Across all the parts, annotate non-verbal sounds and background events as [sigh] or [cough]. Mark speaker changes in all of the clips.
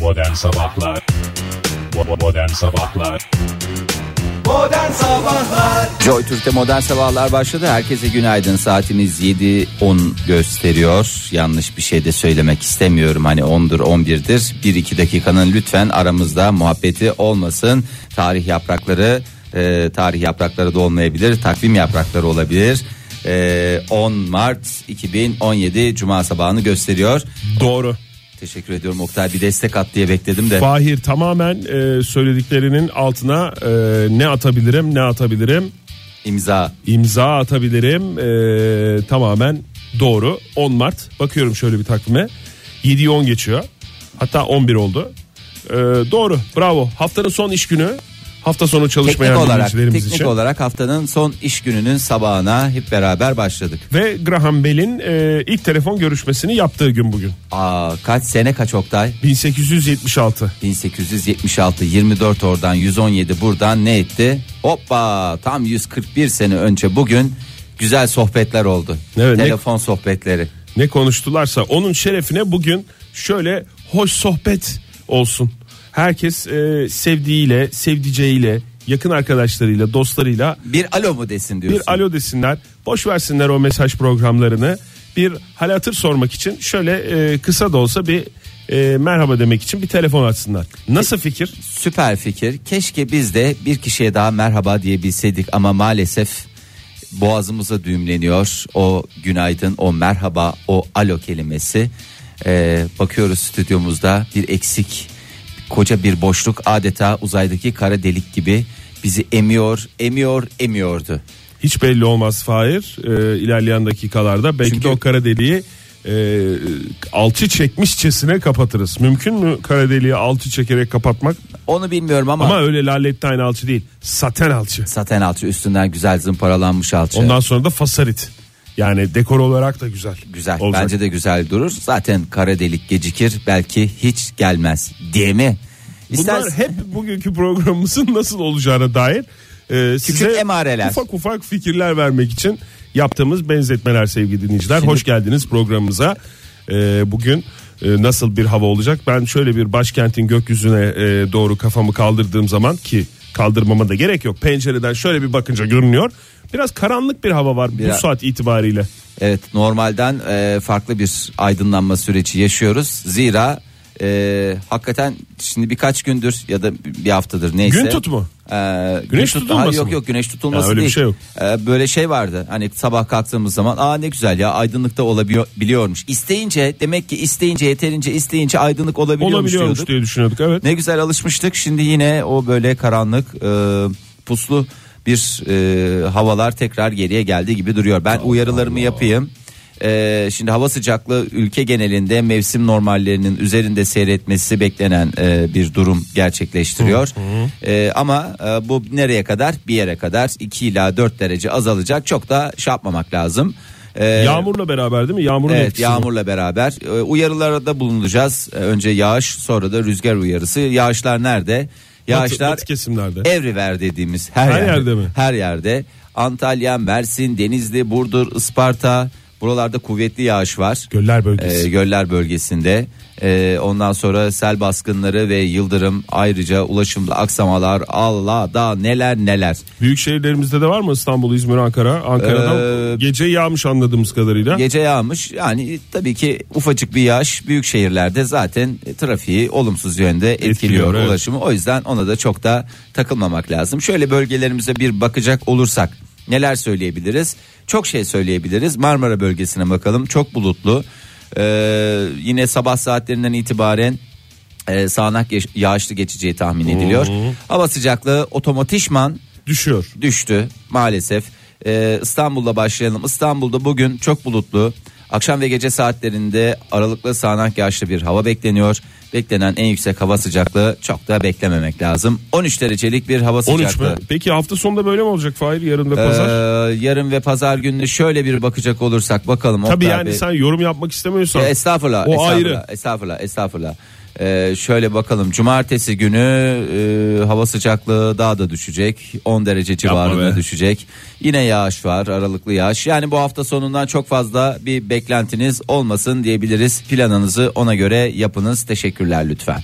Speaker 1: Modern Sabahlar Bo- Modern Sabahlar
Speaker 2: Modern Sabahlar
Speaker 3: Joy Türk'te modern sabahlar başladı. Herkese günaydın. Saatimiz 7.10 gösteriyor. Yanlış bir şey de söylemek istemiyorum. Hani 10'dur 11'dir. 1-2 dakikanın lütfen aramızda muhabbeti olmasın. Tarih yaprakları e, tarih yaprakları da olmayabilir. Takvim yaprakları olabilir. E, 10 Mart 2017 Cuma sabahını gösteriyor.
Speaker 4: Doğru.
Speaker 3: Teşekkür ediyorum Oktay. Bir destek at diye bekledim de.
Speaker 4: Fahir tamamen e, söylediklerinin altına e, ne atabilirim ne atabilirim
Speaker 3: imza
Speaker 4: imza atabilirim E, tamamen doğru 10 Mart bakıyorum şöyle bir takvime 7'yi 10 geçiyor hatta 11 oldu E, doğru bravo haftanın son iş günü hafta sonu
Speaker 3: Teknik
Speaker 4: çalışmayan
Speaker 3: olarak,
Speaker 4: dinleyicilerimiz
Speaker 3: teknik
Speaker 4: için.
Speaker 3: olarak haftanın son iş gününün sabahına hep beraber başladık.
Speaker 4: Ve Graham Bell'in e, ilk telefon görüşmesini yaptığı gün bugün
Speaker 3: Aa, kaç sene kaç Oktay?
Speaker 4: 1876
Speaker 3: 1876 24 oradan 117 buradan ne etti? Hoppa tam 141 sene önce bugün güzel sohbetler oldu.
Speaker 4: Evet, ne-
Speaker 3: Telefon sohbetleri.
Speaker 4: ne konuştularsa onun şerefine bugün şöyle hoş sohbet olsun. Herkes e, sevdiğiyle, sevdiceğiyle, yakın arkadaşlarıyla, dostlarıyla
Speaker 3: Bir alo mu desin diyorsun.
Speaker 4: bir alo desinler. Boş versinler o mesaj programlarını. Bir hal hatır sormak için şöyle e, kısa da olsa bir e, merhaba demek için bir telefon açsınlar. Nasıl fikir?
Speaker 3: Süper fikir. Keşke biz de bir kişiye daha merhaba diyebilseydik ama maalesef boğazımıza düğümleniyor o günaydın, o merhaba, o alo kelimesi. Ee, bakıyoruz stüdyomuzda bir eksik, koca bir boşluk adeta uzaydaki kara delik gibi bizi emiyor, emiyor, emiyordu.
Speaker 4: Hiç belli olmaz Fahir. E, ilerleyen dakikalarda belki
Speaker 3: Çünkü-
Speaker 4: de o kara deliği e, alçı çekmişçesine kapatırız. Mümkün mü kara deliği alçı çekerek kapatmak?
Speaker 3: Onu bilmiyorum ama,
Speaker 4: Ama öyle lalettayn alçı değil. Saten alçı.
Speaker 3: saten alçı üstünden güzel zımparalanmış alçı.
Speaker 4: Ondan sonra da fasarit. Yani dekor olarak da güzel.
Speaker 3: Güzel.
Speaker 4: olacak.
Speaker 3: Bence de güzel durur. Zaten kara delik gecikir. Belki hiç gelmez. Diye mi?
Speaker 4: Bunlar
Speaker 3: İstersen-
Speaker 4: hep bugünkü programımızın nasıl olacağına dair e, size
Speaker 3: emareler.
Speaker 4: ufak ufak fikirler vermek için yaptığımız benzetmeler sevgili dinleyiciler.
Speaker 3: Şimdi-
Speaker 4: Hoş geldiniz programımıza. E, bugün e, nasıl bir hava olacak? Ben şöyle bir başkentin gökyüzüne e, doğru kafamı kaldırdığım zaman ki kaldırmama da gerek yok. Pencereden şöyle bir bakınca görünüyor. Biraz karanlık bir hava var
Speaker 3: Biraz-
Speaker 4: bu saat itibariyle.
Speaker 3: Evet normalden e, farklı bir aydınlanma süreci yaşıyoruz. Zira e, hakikaten şimdi birkaç gündür ya da bir haftadır neyse.
Speaker 4: Gün tut mu?
Speaker 3: E, gün
Speaker 4: Güneş
Speaker 3: tut-
Speaker 4: tutulması
Speaker 3: Hayır, Yok
Speaker 4: mı?
Speaker 3: yok güneş tutulması
Speaker 4: Ha, öyle bir
Speaker 3: değil.
Speaker 4: şey yok.
Speaker 3: E, böyle şey vardı hani sabah kalktığımız zaman aa ne güzel ya aydınlıkta olabiliyormuş. İsteyince demek ki isteyince yeterince isteyince aydınlık olabiliyormuş, diyorduk.
Speaker 4: Olabiliyormuş diye düşünüyorduk evet.
Speaker 3: Ne güzel alışmıştık. Şimdi yine o böyle karanlık, e, puslu bir e, havalar tekrar geriye geldiği gibi duruyor. Ben uyarılarımı yapayım. E, şimdi hava sıcaklığı ülke genelinde mevsim normallerinin üzerinde seyretmesi beklenen e, bir durum gerçekleştiriyor. E, ama e, bu nereye kadar? Bir yere kadar 2 ila 4 derece azalacak. Çok da şey yapmamak lazım. E,
Speaker 4: Yağmurla beraber değil mi? Yağmurun
Speaker 3: Evet
Speaker 4: etkisi mi?
Speaker 3: yağmurla beraber e, uyarılarda bulunacağız. E, Önce yağış sonra da rüzgar uyarısı. Yağışlar nerede? Yağışlar
Speaker 4: batı kesimlerde.
Speaker 3: Everywhere dediğimiz her,
Speaker 4: Her
Speaker 3: yerde.
Speaker 4: yerde mi?
Speaker 3: Her yerde. Antalya, Mersin, Denizli, Burdur, Isparta buralarda kuvvetli yağış var.
Speaker 4: Göller bölgesi.
Speaker 3: E, göller bölgesinde. E, ondan sonra sel baskınları ve yıldırım ayrıca ulaşımda aksamalar Allah da neler neler.
Speaker 4: Büyük şehirlerimizde de var mı İstanbul, İzmir, Ankara? Ankara'da
Speaker 3: Ee,
Speaker 4: gece yağmış anladığımız kadarıyla.
Speaker 3: Gece yağmış yani tabii ki ufacık bir yağış büyük şehirlerde zaten trafiği olumsuz yönde etkiliyor,
Speaker 4: Etkiliyor, evet.
Speaker 3: ulaşımı. O yüzden ona da çok da takılmamak lazım. Şöyle bölgelerimize bir bakacak olursak neler söyleyebiliriz? Çok şey söyleyebiliriz. Marmara bölgesine bakalım çok bulutlu. Ee, yine sabah saatlerinden itibaren e, sağanak yaş- yağışlı geçeceği tahmin ediliyor. Hava sıcaklığı otomatikman
Speaker 4: Düşüyor.
Speaker 3: düştü maalesef. Ee, İstanbul'da başlayalım. İstanbul'da bugün çok bulutlu. Akşam ve gece saatlerinde aralıklı sağanak yağışlı bir hava bekleniyor. Beklenen en yüksek hava sıcaklığı çok da beklememek lazım. 13 derecelik bir hava
Speaker 4: 13
Speaker 3: sıcaklığı.
Speaker 4: mü? Peki hafta sonunda böyle mi olacak Fahir? Yarın da
Speaker 3: Ee,
Speaker 4: pazar.
Speaker 3: yarın ve pazar gününü şöyle bir bakacak olursak bakalım.
Speaker 4: Tabii
Speaker 3: Oktay
Speaker 4: yani
Speaker 3: Bey.
Speaker 4: sen yorum yapmak istemiyorsan.
Speaker 3: Ya estağfurullah,
Speaker 4: O
Speaker 3: estağfurullah,
Speaker 4: ayrı.
Speaker 3: estağfurullah, estağfurullah. Ee, şöyle bakalım cumartesi günü e, hava sıcaklığı daha da düşecek 10 derece civarında
Speaker 4: be.
Speaker 3: düşecek yine yağış var aralıklı yağış yani bu hafta sonundan çok fazla bir beklentiniz olmasın diyebiliriz. Planınızı ona göre yapınız. Teşekkürler lütfen.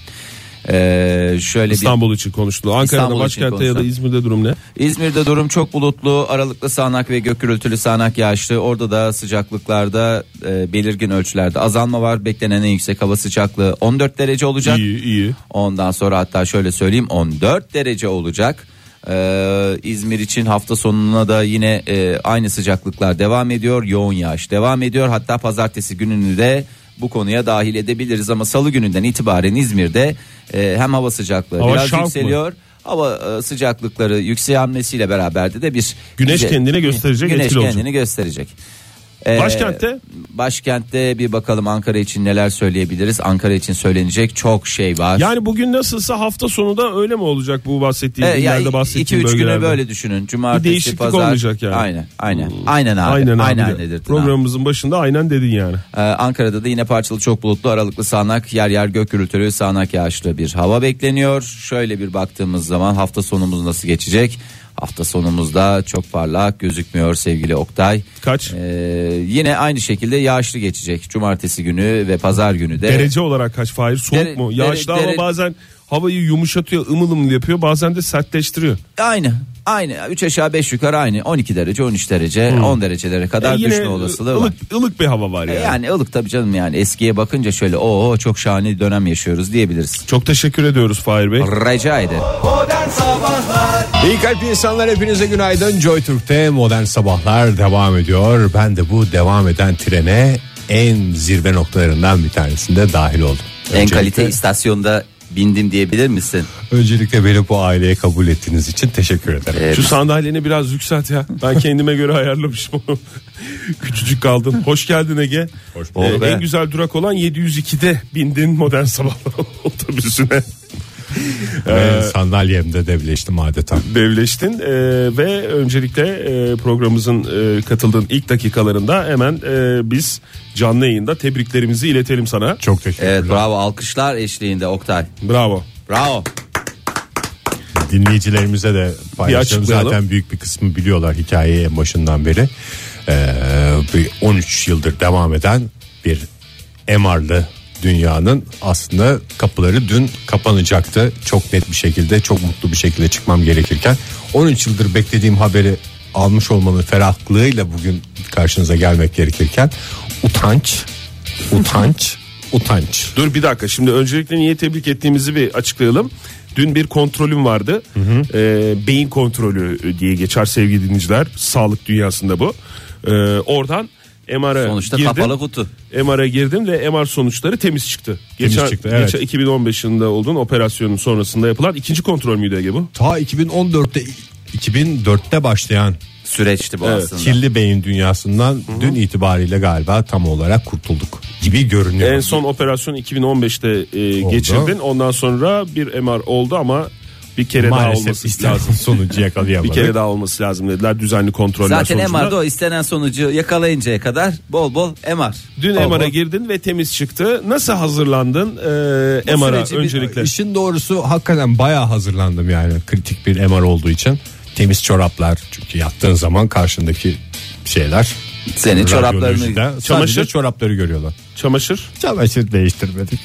Speaker 3: Ee, şöyle bir
Speaker 4: İstanbul için konuştu. Ankara'da,
Speaker 3: İstanbul için
Speaker 4: başkentte ya da
Speaker 3: konuştu.
Speaker 4: İzmir'de durum ne?
Speaker 3: İzmir'de durum çok bulutlu, aralıklı sağanak ve gök gürültülü sağanak yağışlı. Orada da sıcaklıklarda e, belirgin ölçülerde azalma var. Beklenen en yüksek hava sıcaklığı 14 derece olacak.
Speaker 4: İyi, iyi.
Speaker 3: Ondan sonra hatta şöyle söyleyeyim 14 derece olacak. Ee, İzmir için hafta sonuna da yine e, aynı sıcaklıklar devam ediyor. Yoğun yağış devam ediyor. Hatta pazartesi gününü de bu konuya dahil edebiliriz ama salı gününden itibaren İzmir'de e, hem hava sıcaklığı
Speaker 4: Hava
Speaker 3: biraz
Speaker 4: şark mı?
Speaker 3: yükseliyor. Hava e, sıcaklıkları yükselmesiyle beraber de bir
Speaker 4: Güneş
Speaker 3: bize-
Speaker 4: kendini gösterecek,
Speaker 3: Güneş
Speaker 4: etkili olacak.
Speaker 3: kendini gösterecek. Ee,
Speaker 4: Başkentte?
Speaker 3: Başkentte bir bakalım Ankara için neler söyleyebiliriz. Ankara için söylenecek çok şey var.
Speaker 4: Yani bugün nasılsa hafta sonu da öyle mi olacak bu bahsettiğim
Speaker 3: Evet,
Speaker 4: illerde
Speaker 3: 2-3
Speaker 4: bahsettiğim bölgelerde?
Speaker 3: günü böyle düşünün. Cumartesi,
Speaker 4: Bir değişiklik
Speaker 3: pazar.
Speaker 4: olmayacak yani.
Speaker 3: Aynen, aynen. Aynen abi.
Speaker 4: Aynen,
Speaker 3: aynen
Speaker 4: abi.
Speaker 3: dedirtin abi.
Speaker 4: Programımızın başında aynen dedin yani.
Speaker 3: Ee, Ankara'da da yine parçalı çok bulutlu aralıklı sağanak yer yer gök gürültülü sağanak yağışlı bir hava bekleniyor. Şöyle bir baktığımız zaman hafta sonumuz nasıl geçecek? Hafta sonumuzda çok parlak gözükmüyor sevgili Oktay.
Speaker 4: Kaç?
Speaker 3: Ee, yine aynı şekilde yağışlı geçecek. Cumartesi günü ve pazar günü de.
Speaker 4: Derece olarak kaç Fahir? Soğuk
Speaker 3: Dere-
Speaker 4: mu? Yağışlı
Speaker 3: dere-
Speaker 4: hava
Speaker 3: dere-
Speaker 4: bazen havayı yumuşatıyor, ımıl ımıl yapıyor. Bazen de sertleştiriyor.
Speaker 3: Aynı. Aynı. 3 aşağı 5 yukarı aynı. 12 derece, 13 derece, 10 derecelere kadar
Speaker 4: Hmm. E
Speaker 3: düşme olasılığı var.
Speaker 4: ılık, ılık bir hava var yani.
Speaker 3: Yani ılık tabii canım yani eskiye bakınca şöyle o çok şahane dönem yaşıyoruz diyebiliriz.
Speaker 4: Çok teşekkür ediyoruz Fahir Bey.
Speaker 3: Rica ederim.
Speaker 2: Modern Sabahlar
Speaker 5: İyi kalp insanlar hepinize günaydın. Joy Türk'te modern sabahlar devam ediyor. Ben de bu devam eden trene en zirve noktalarından bir tanesinde dahil oldum.
Speaker 3: En
Speaker 5: Öncelikle-
Speaker 3: kalite istasyonda bindim diyebilir misin?
Speaker 5: Öncelikle beni bu aileye kabul ettiğiniz için teşekkür ederim.
Speaker 3: E,
Speaker 4: Şu sandalyeni biraz yükselt ya. Ben kendime göre ayarlamışım onu. [laughs] Küçücük kaldım. Hoş geldin Ege.
Speaker 5: Hoş
Speaker 4: Ee,
Speaker 5: bulduk.
Speaker 4: en güzel durak olan 702'de bindin modern sabahlar [laughs] otobüsüne.
Speaker 5: Ve Ee, sandalyemde devleştim adeta.
Speaker 4: Devleştin Ee, ve öncelikle e, programımızın e, katıldığın ilk dakikalarında hemen e, biz canlı yayında tebriklerimizi iletelim sana.
Speaker 5: Çok teşekkürler.
Speaker 3: Evet bravo alkışlar eşliğinde Oktay.
Speaker 4: Bravo.
Speaker 3: Bravo.
Speaker 5: Dinleyicilerimize de paylaşalım.
Speaker 4: Bir açıklayalım.
Speaker 5: Zaten büyük bir kısmı biliyorlar hikayeyi en başından beri. Ee, bir 13 yıldır devam eden bir MR'lı dünyanın aslında kapıları dün kapanacaktı. Çok net bir şekilde, çok mutlu bir şekilde çıkmam gerekirken 13 yıldır beklediğim haberi almış olmanın ferahlığıyla bugün karşınıza gelmek gerekirken utanç,
Speaker 4: [laughs]
Speaker 5: utanç, utanç.
Speaker 4: Dur bir dakika şimdi öncelikle niye tebrik ettiğimizi bir açıklayalım. Dün bir kontrolüm vardı. Ee, beyin kontrolü diye geçer sevgili dinleyiciler. Sağlık dünyasında bu. Ee, oradan MR'a
Speaker 3: Sonuçta
Speaker 4: girdim.
Speaker 3: kapalı kutu.
Speaker 4: MR'a girdim ve MR sonuçları temiz çıktı.
Speaker 5: Temiz
Speaker 4: Geçen,
Speaker 5: çıktı, evet.
Speaker 4: geçen 2015 yılında olduğun operasyonun sonrasında yapılan ikinci kontrol müydü Ege bu?
Speaker 5: Ta 2014'te 2004'te başlayan
Speaker 3: Süreçti bu
Speaker 4: Evet,
Speaker 3: aslında.
Speaker 5: kirli beyin dünyasından dün itibariyle galiba tam olarak kurtulduk gibi görünüyor.
Speaker 4: En son operasyon 2015'te e,
Speaker 5: Oldu.
Speaker 4: geçirdin. Ondan sonra bir MR oldu ama bir kere daha
Speaker 5: maalesef
Speaker 4: olması
Speaker 5: istenen
Speaker 4: lazım.
Speaker 5: [laughs] sonucu
Speaker 4: Bir
Speaker 5: yakalayamadık.
Speaker 4: kere daha olması lazım dediler düzenli kontroller
Speaker 3: Zaten
Speaker 4: sonucunda.
Speaker 3: MR'da o istenen sonucu yakalayıncaya kadar bol bol MR.
Speaker 4: Dün
Speaker 5: Ama-
Speaker 4: MR'a girdin ve temiz çıktı. Nasıl hazırlandın ee,
Speaker 5: Bu
Speaker 4: MR'a
Speaker 5: süreci bir-
Speaker 4: öncelikle?
Speaker 5: İşin doğrusu hakikaten bayağı hazırlandım yani kritik bir MR olduğu için. Temiz çoraplar çünkü yattığın zaman karşındaki şeyler
Speaker 3: Senin
Speaker 5: radyolojide
Speaker 3: çoraplarını
Speaker 5: sadece
Speaker 4: Çamaşır-
Speaker 5: çorapları görüyorlar.
Speaker 4: Çamaşır.
Speaker 5: Çamaşır değiştirmedik.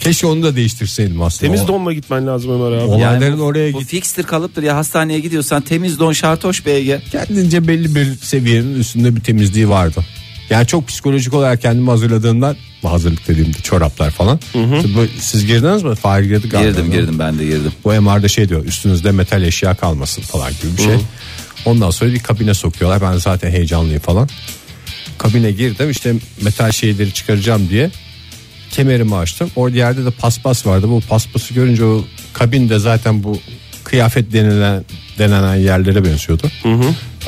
Speaker 5: Keşke onu da değiştirseydim aslında.
Speaker 4: Temiz
Speaker 5: O-
Speaker 4: donla gitmen lazım MR'a. abi.
Speaker 5: O- Olayların oraya
Speaker 3: Bu
Speaker 5: git-
Speaker 3: fikstir kalıptır ya hastaneye gidiyorsan temiz don şart hoş BG.
Speaker 5: kendince belli bir seviyenin üstünde bir temizliği vardı. Yani çok psikolojik olarak kendimi hazırladığımdan hazırlık dediğimde çoraplar falan. Siz, bu- siz girdiniz mi? Fahir girdi galiba.
Speaker 3: Girdim girdim ben de girdim.
Speaker 5: Bu MR'da şey diyor üstünüzde metal eşya kalmasın falan gibi bir şey. Ondan sonra bir kabine sokuyorlar. Ben zaten heyecanlıyım falan. Kabine girdim işte metal şeyleri çıkaracağım diye kemerimi açtım. Orada yerde de paspas vardı. Bu paspası görünce o kabinde zaten bu kıyafet denilen denenen yerlere benziyordu.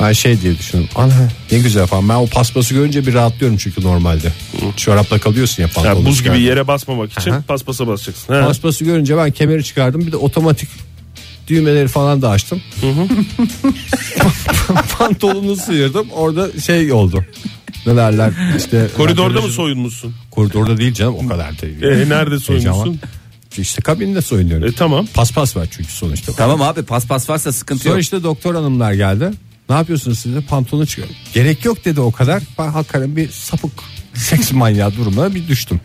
Speaker 5: Ben şey diye düşündüm. Ana ne güzel falan. Ben o paspası görünce bir rahatlıyorum çünkü normalde. Çorapla kalıyorsun ya
Speaker 4: Yani
Speaker 5: pantolonu
Speaker 4: buz gibi
Speaker 5: çıkardın.
Speaker 4: yere basmamak için
Speaker 5: Aha.
Speaker 4: paspasa basacaksın. He.
Speaker 5: Paspası görünce ben kemeri çıkardım. Bir de otomatik düğmeleri falan da açtım. [laughs] Pantolonu sıyırdım. Orada şey oldu. Ne derler işte.
Speaker 4: Koridorda mı soyunmuşsun? [gasps]
Speaker 5: Koridorda değil canım o kadar değil.
Speaker 4: E, nerede soyunmuşsun?
Speaker 5: Heyecan var. İşte kabinde soyunuyorum.
Speaker 4: E, tamam.
Speaker 5: Paspas var çünkü sonuçta.
Speaker 3: Tamam abi paspas varsa sıkıntı
Speaker 5: Sonra
Speaker 3: yok.
Speaker 5: işte doktor hanımlar geldi. Ne yapıyorsunuz siz de pantolonu çıkar. Gerek yok dedi o kadar. Ben hakikaten bir sapık seks manyağı durumuna bir düştüm.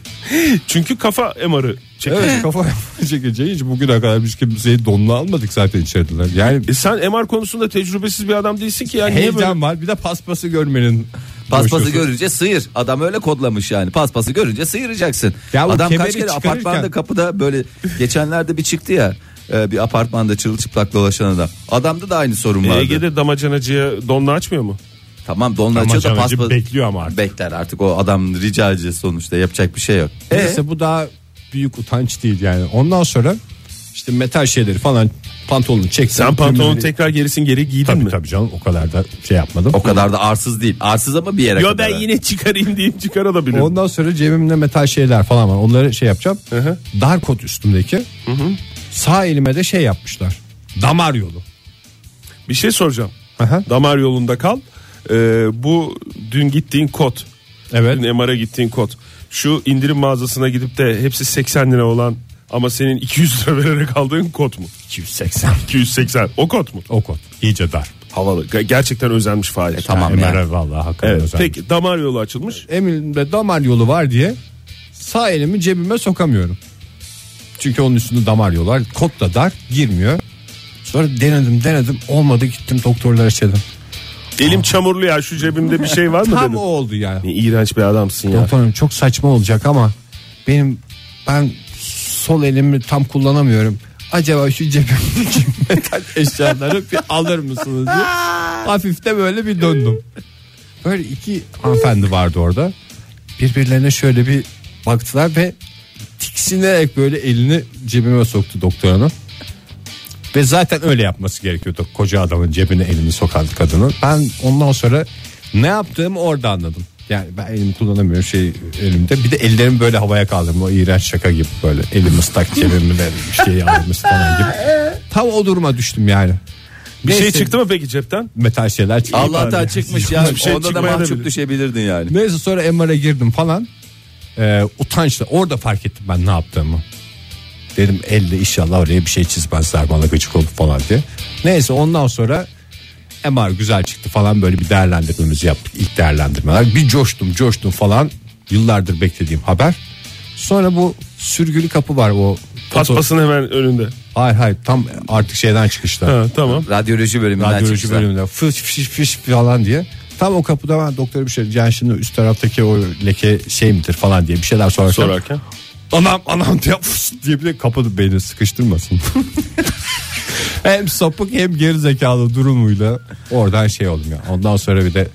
Speaker 4: Çünkü kafa emarı çekiyor.
Speaker 5: Evet kafa çekeceği hiç bugüne kadar biz kimseyi donlu almadık zaten içerdiler. Yani
Speaker 4: E sen MR konusunda tecrübesiz bir adam değilsin ki. Yani niye böyle-
Speaker 5: heyecan var bir de paspası görmenin.
Speaker 3: Paspası
Speaker 5: coşkusu.
Speaker 3: görünce sıyır. Adam öyle kodlamış yani. Paspası görünce sıyıracaksın.
Speaker 5: Ya bu
Speaker 3: Adam
Speaker 5: kemeri
Speaker 3: kaç kere
Speaker 5: çıkarırken-
Speaker 3: apartmanda kapıda böyle geçenlerde bir çıktı ya. e, Bir apartmanda çırılçıplak dolaşan adam. Adamda da aynı sorun vardı.
Speaker 4: EG'de damacanacıya donla açmıyor mu?
Speaker 3: Tamam donla açıyor da
Speaker 5: Damacanacı
Speaker 3: paspas
Speaker 5: bekliyor ama artık.
Speaker 3: Bekler artık o adam ricacı sonuçta yapacak bir şey yok. E,
Speaker 5: Neyse bu daha büyük utanç değil yani. Ondan sonra işte metal şeyleri falan pantolonu çektim.
Speaker 4: Sen pantolonun
Speaker 5: Tümünü-
Speaker 4: tekrar gerisin geri giydin
Speaker 5: Tabii
Speaker 4: mi?
Speaker 5: tabii canım o kadar da şey yapmadım.
Speaker 3: o kadar da arsız değil. Arsız ama bir yere
Speaker 4: Yo
Speaker 3: kadar.
Speaker 4: ben yine çıkarayım diyeyim çıkarabilirim.
Speaker 5: Ondan sonra cebimde metal şeyler falan var. Onları şey yapacağım. Dar kot üstümdeki. Sağ elime de şey yapmışlar. Damar yolu.
Speaker 4: Bir şey soracağım.
Speaker 5: Aha.
Speaker 4: Damar yolunda kal. Ee, bu dün gittiğin kod.
Speaker 5: Evet.
Speaker 4: Dün MR'a gittiğin kod. Şu indirim mağazasına gidip de hepsi 80 lira olan ama senin 200 lira vererek aldığın kod mu?
Speaker 5: 280.
Speaker 4: 280. O kod mu?
Speaker 5: O kot. İyice dar.
Speaker 4: Havalı. Ge- Gerçekten özenmiş Fahir.
Speaker 3: Tamam
Speaker 5: yani
Speaker 3: ya.
Speaker 5: MR'e vallahi hakikaten
Speaker 4: Evet.
Speaker 5: özel.
Speaker 4: Peki damar yolu açılmış.
Speaker 5: Elimde damar yolu var diye sağ elimi cebime sokamıyorum. Çünkü onun üstünde damar yolu var. Kot da dar girmiyor. Sonra denedim denedim olmadı gittim doktorlara şey dedim.
Speaker 4: Elim çamurlu ya şu cebimde bir şey var mı
Speaker 5: Tam
Speaker 4: dedim.
Speaker 5: o oldu yani.
Speaker 4: Ne iğrenç bir adamsın ya.
Speaker 5: Doktorum çok saçma olacak ama benim ben sol elimi tam kullanamıyorum. Acaba şu cebimdeki [laughs] metal eşyaları bir alır mısınız diye. Hafif de böyle bir döndüm. Böyle iki hanımefendi vardı orada. Birbirlerine şöyle bir baktılar ve tiksinerek böyle elini cebime soktu doktorunun. Ve zaten öyle yapması gerekiyordu. Koca adamın cebine elini sokan kadının. Ben ondan sonra ne yaptığımı orada anladım. Yani ben elimi kullanamıyorum şey elimde. Bir de ellerimi böyle havaya kaldırdım. O iğrenç şaka gibi böyle. Elim ıslak cebimi de bir şey almış falan gibi. Tam o duruma düştüm yani.
Speaker 4: Bir şey
Speaker 5: Neyse,
Speaker 4: çıktı mı peki cepten?
Speaker 5: Metal şeyler çıktı.
Speaker 3: Allah'tan çıkmış ya.
Speaker 4: Bir şey
Speaker 3: Onda da
Speaker 4: çıkmayabilir.
Speaker 3: mahcup düşebilirdin yani.
Speaker 5: Neyse sonra MR'a girdim falan. Ee, utançla orada fark ettim ben ne yaptığımı. Dedim elle inşallah oraya bir şey çizmezler bana gıcık olur falan diye. Neyse ondan sonra MR güzel çıktı falan böyle bir değerlendirmemizi yaptık. ilk değerlendirmeler. Bir coştum coştum falan. Yıllardır beklediğim haber. Sonra bu sürgülü kapı var o.
Speaker 4: Paspasın hemen önünde.
Speaker 5: Hayır hayır tam artık şeyden çıkışta
Speaker 4: Ha, tamam.
Speaker 3: Radyoloji bölümünden
Speaker 5: radyoloji
Speaker 3: çıkmışlar.
Speaker 5: bölümünde fış fış fış falan diye. Tam o kapıda ben doktora bir şey yani şimdi üst taraftaki o leke şey midir falan diye bir şeyler sorarken.
Speaker 4: Sorarken.
Speaker 5: Anam anam diye, fış diye bir de kapıda beyni
Speaker 3: [laughs]
Speaker 5: sıkıştırmasın. hem sapık hem geri zekalı durumuyla oradan şey oldum ya. Ondan sonra bir de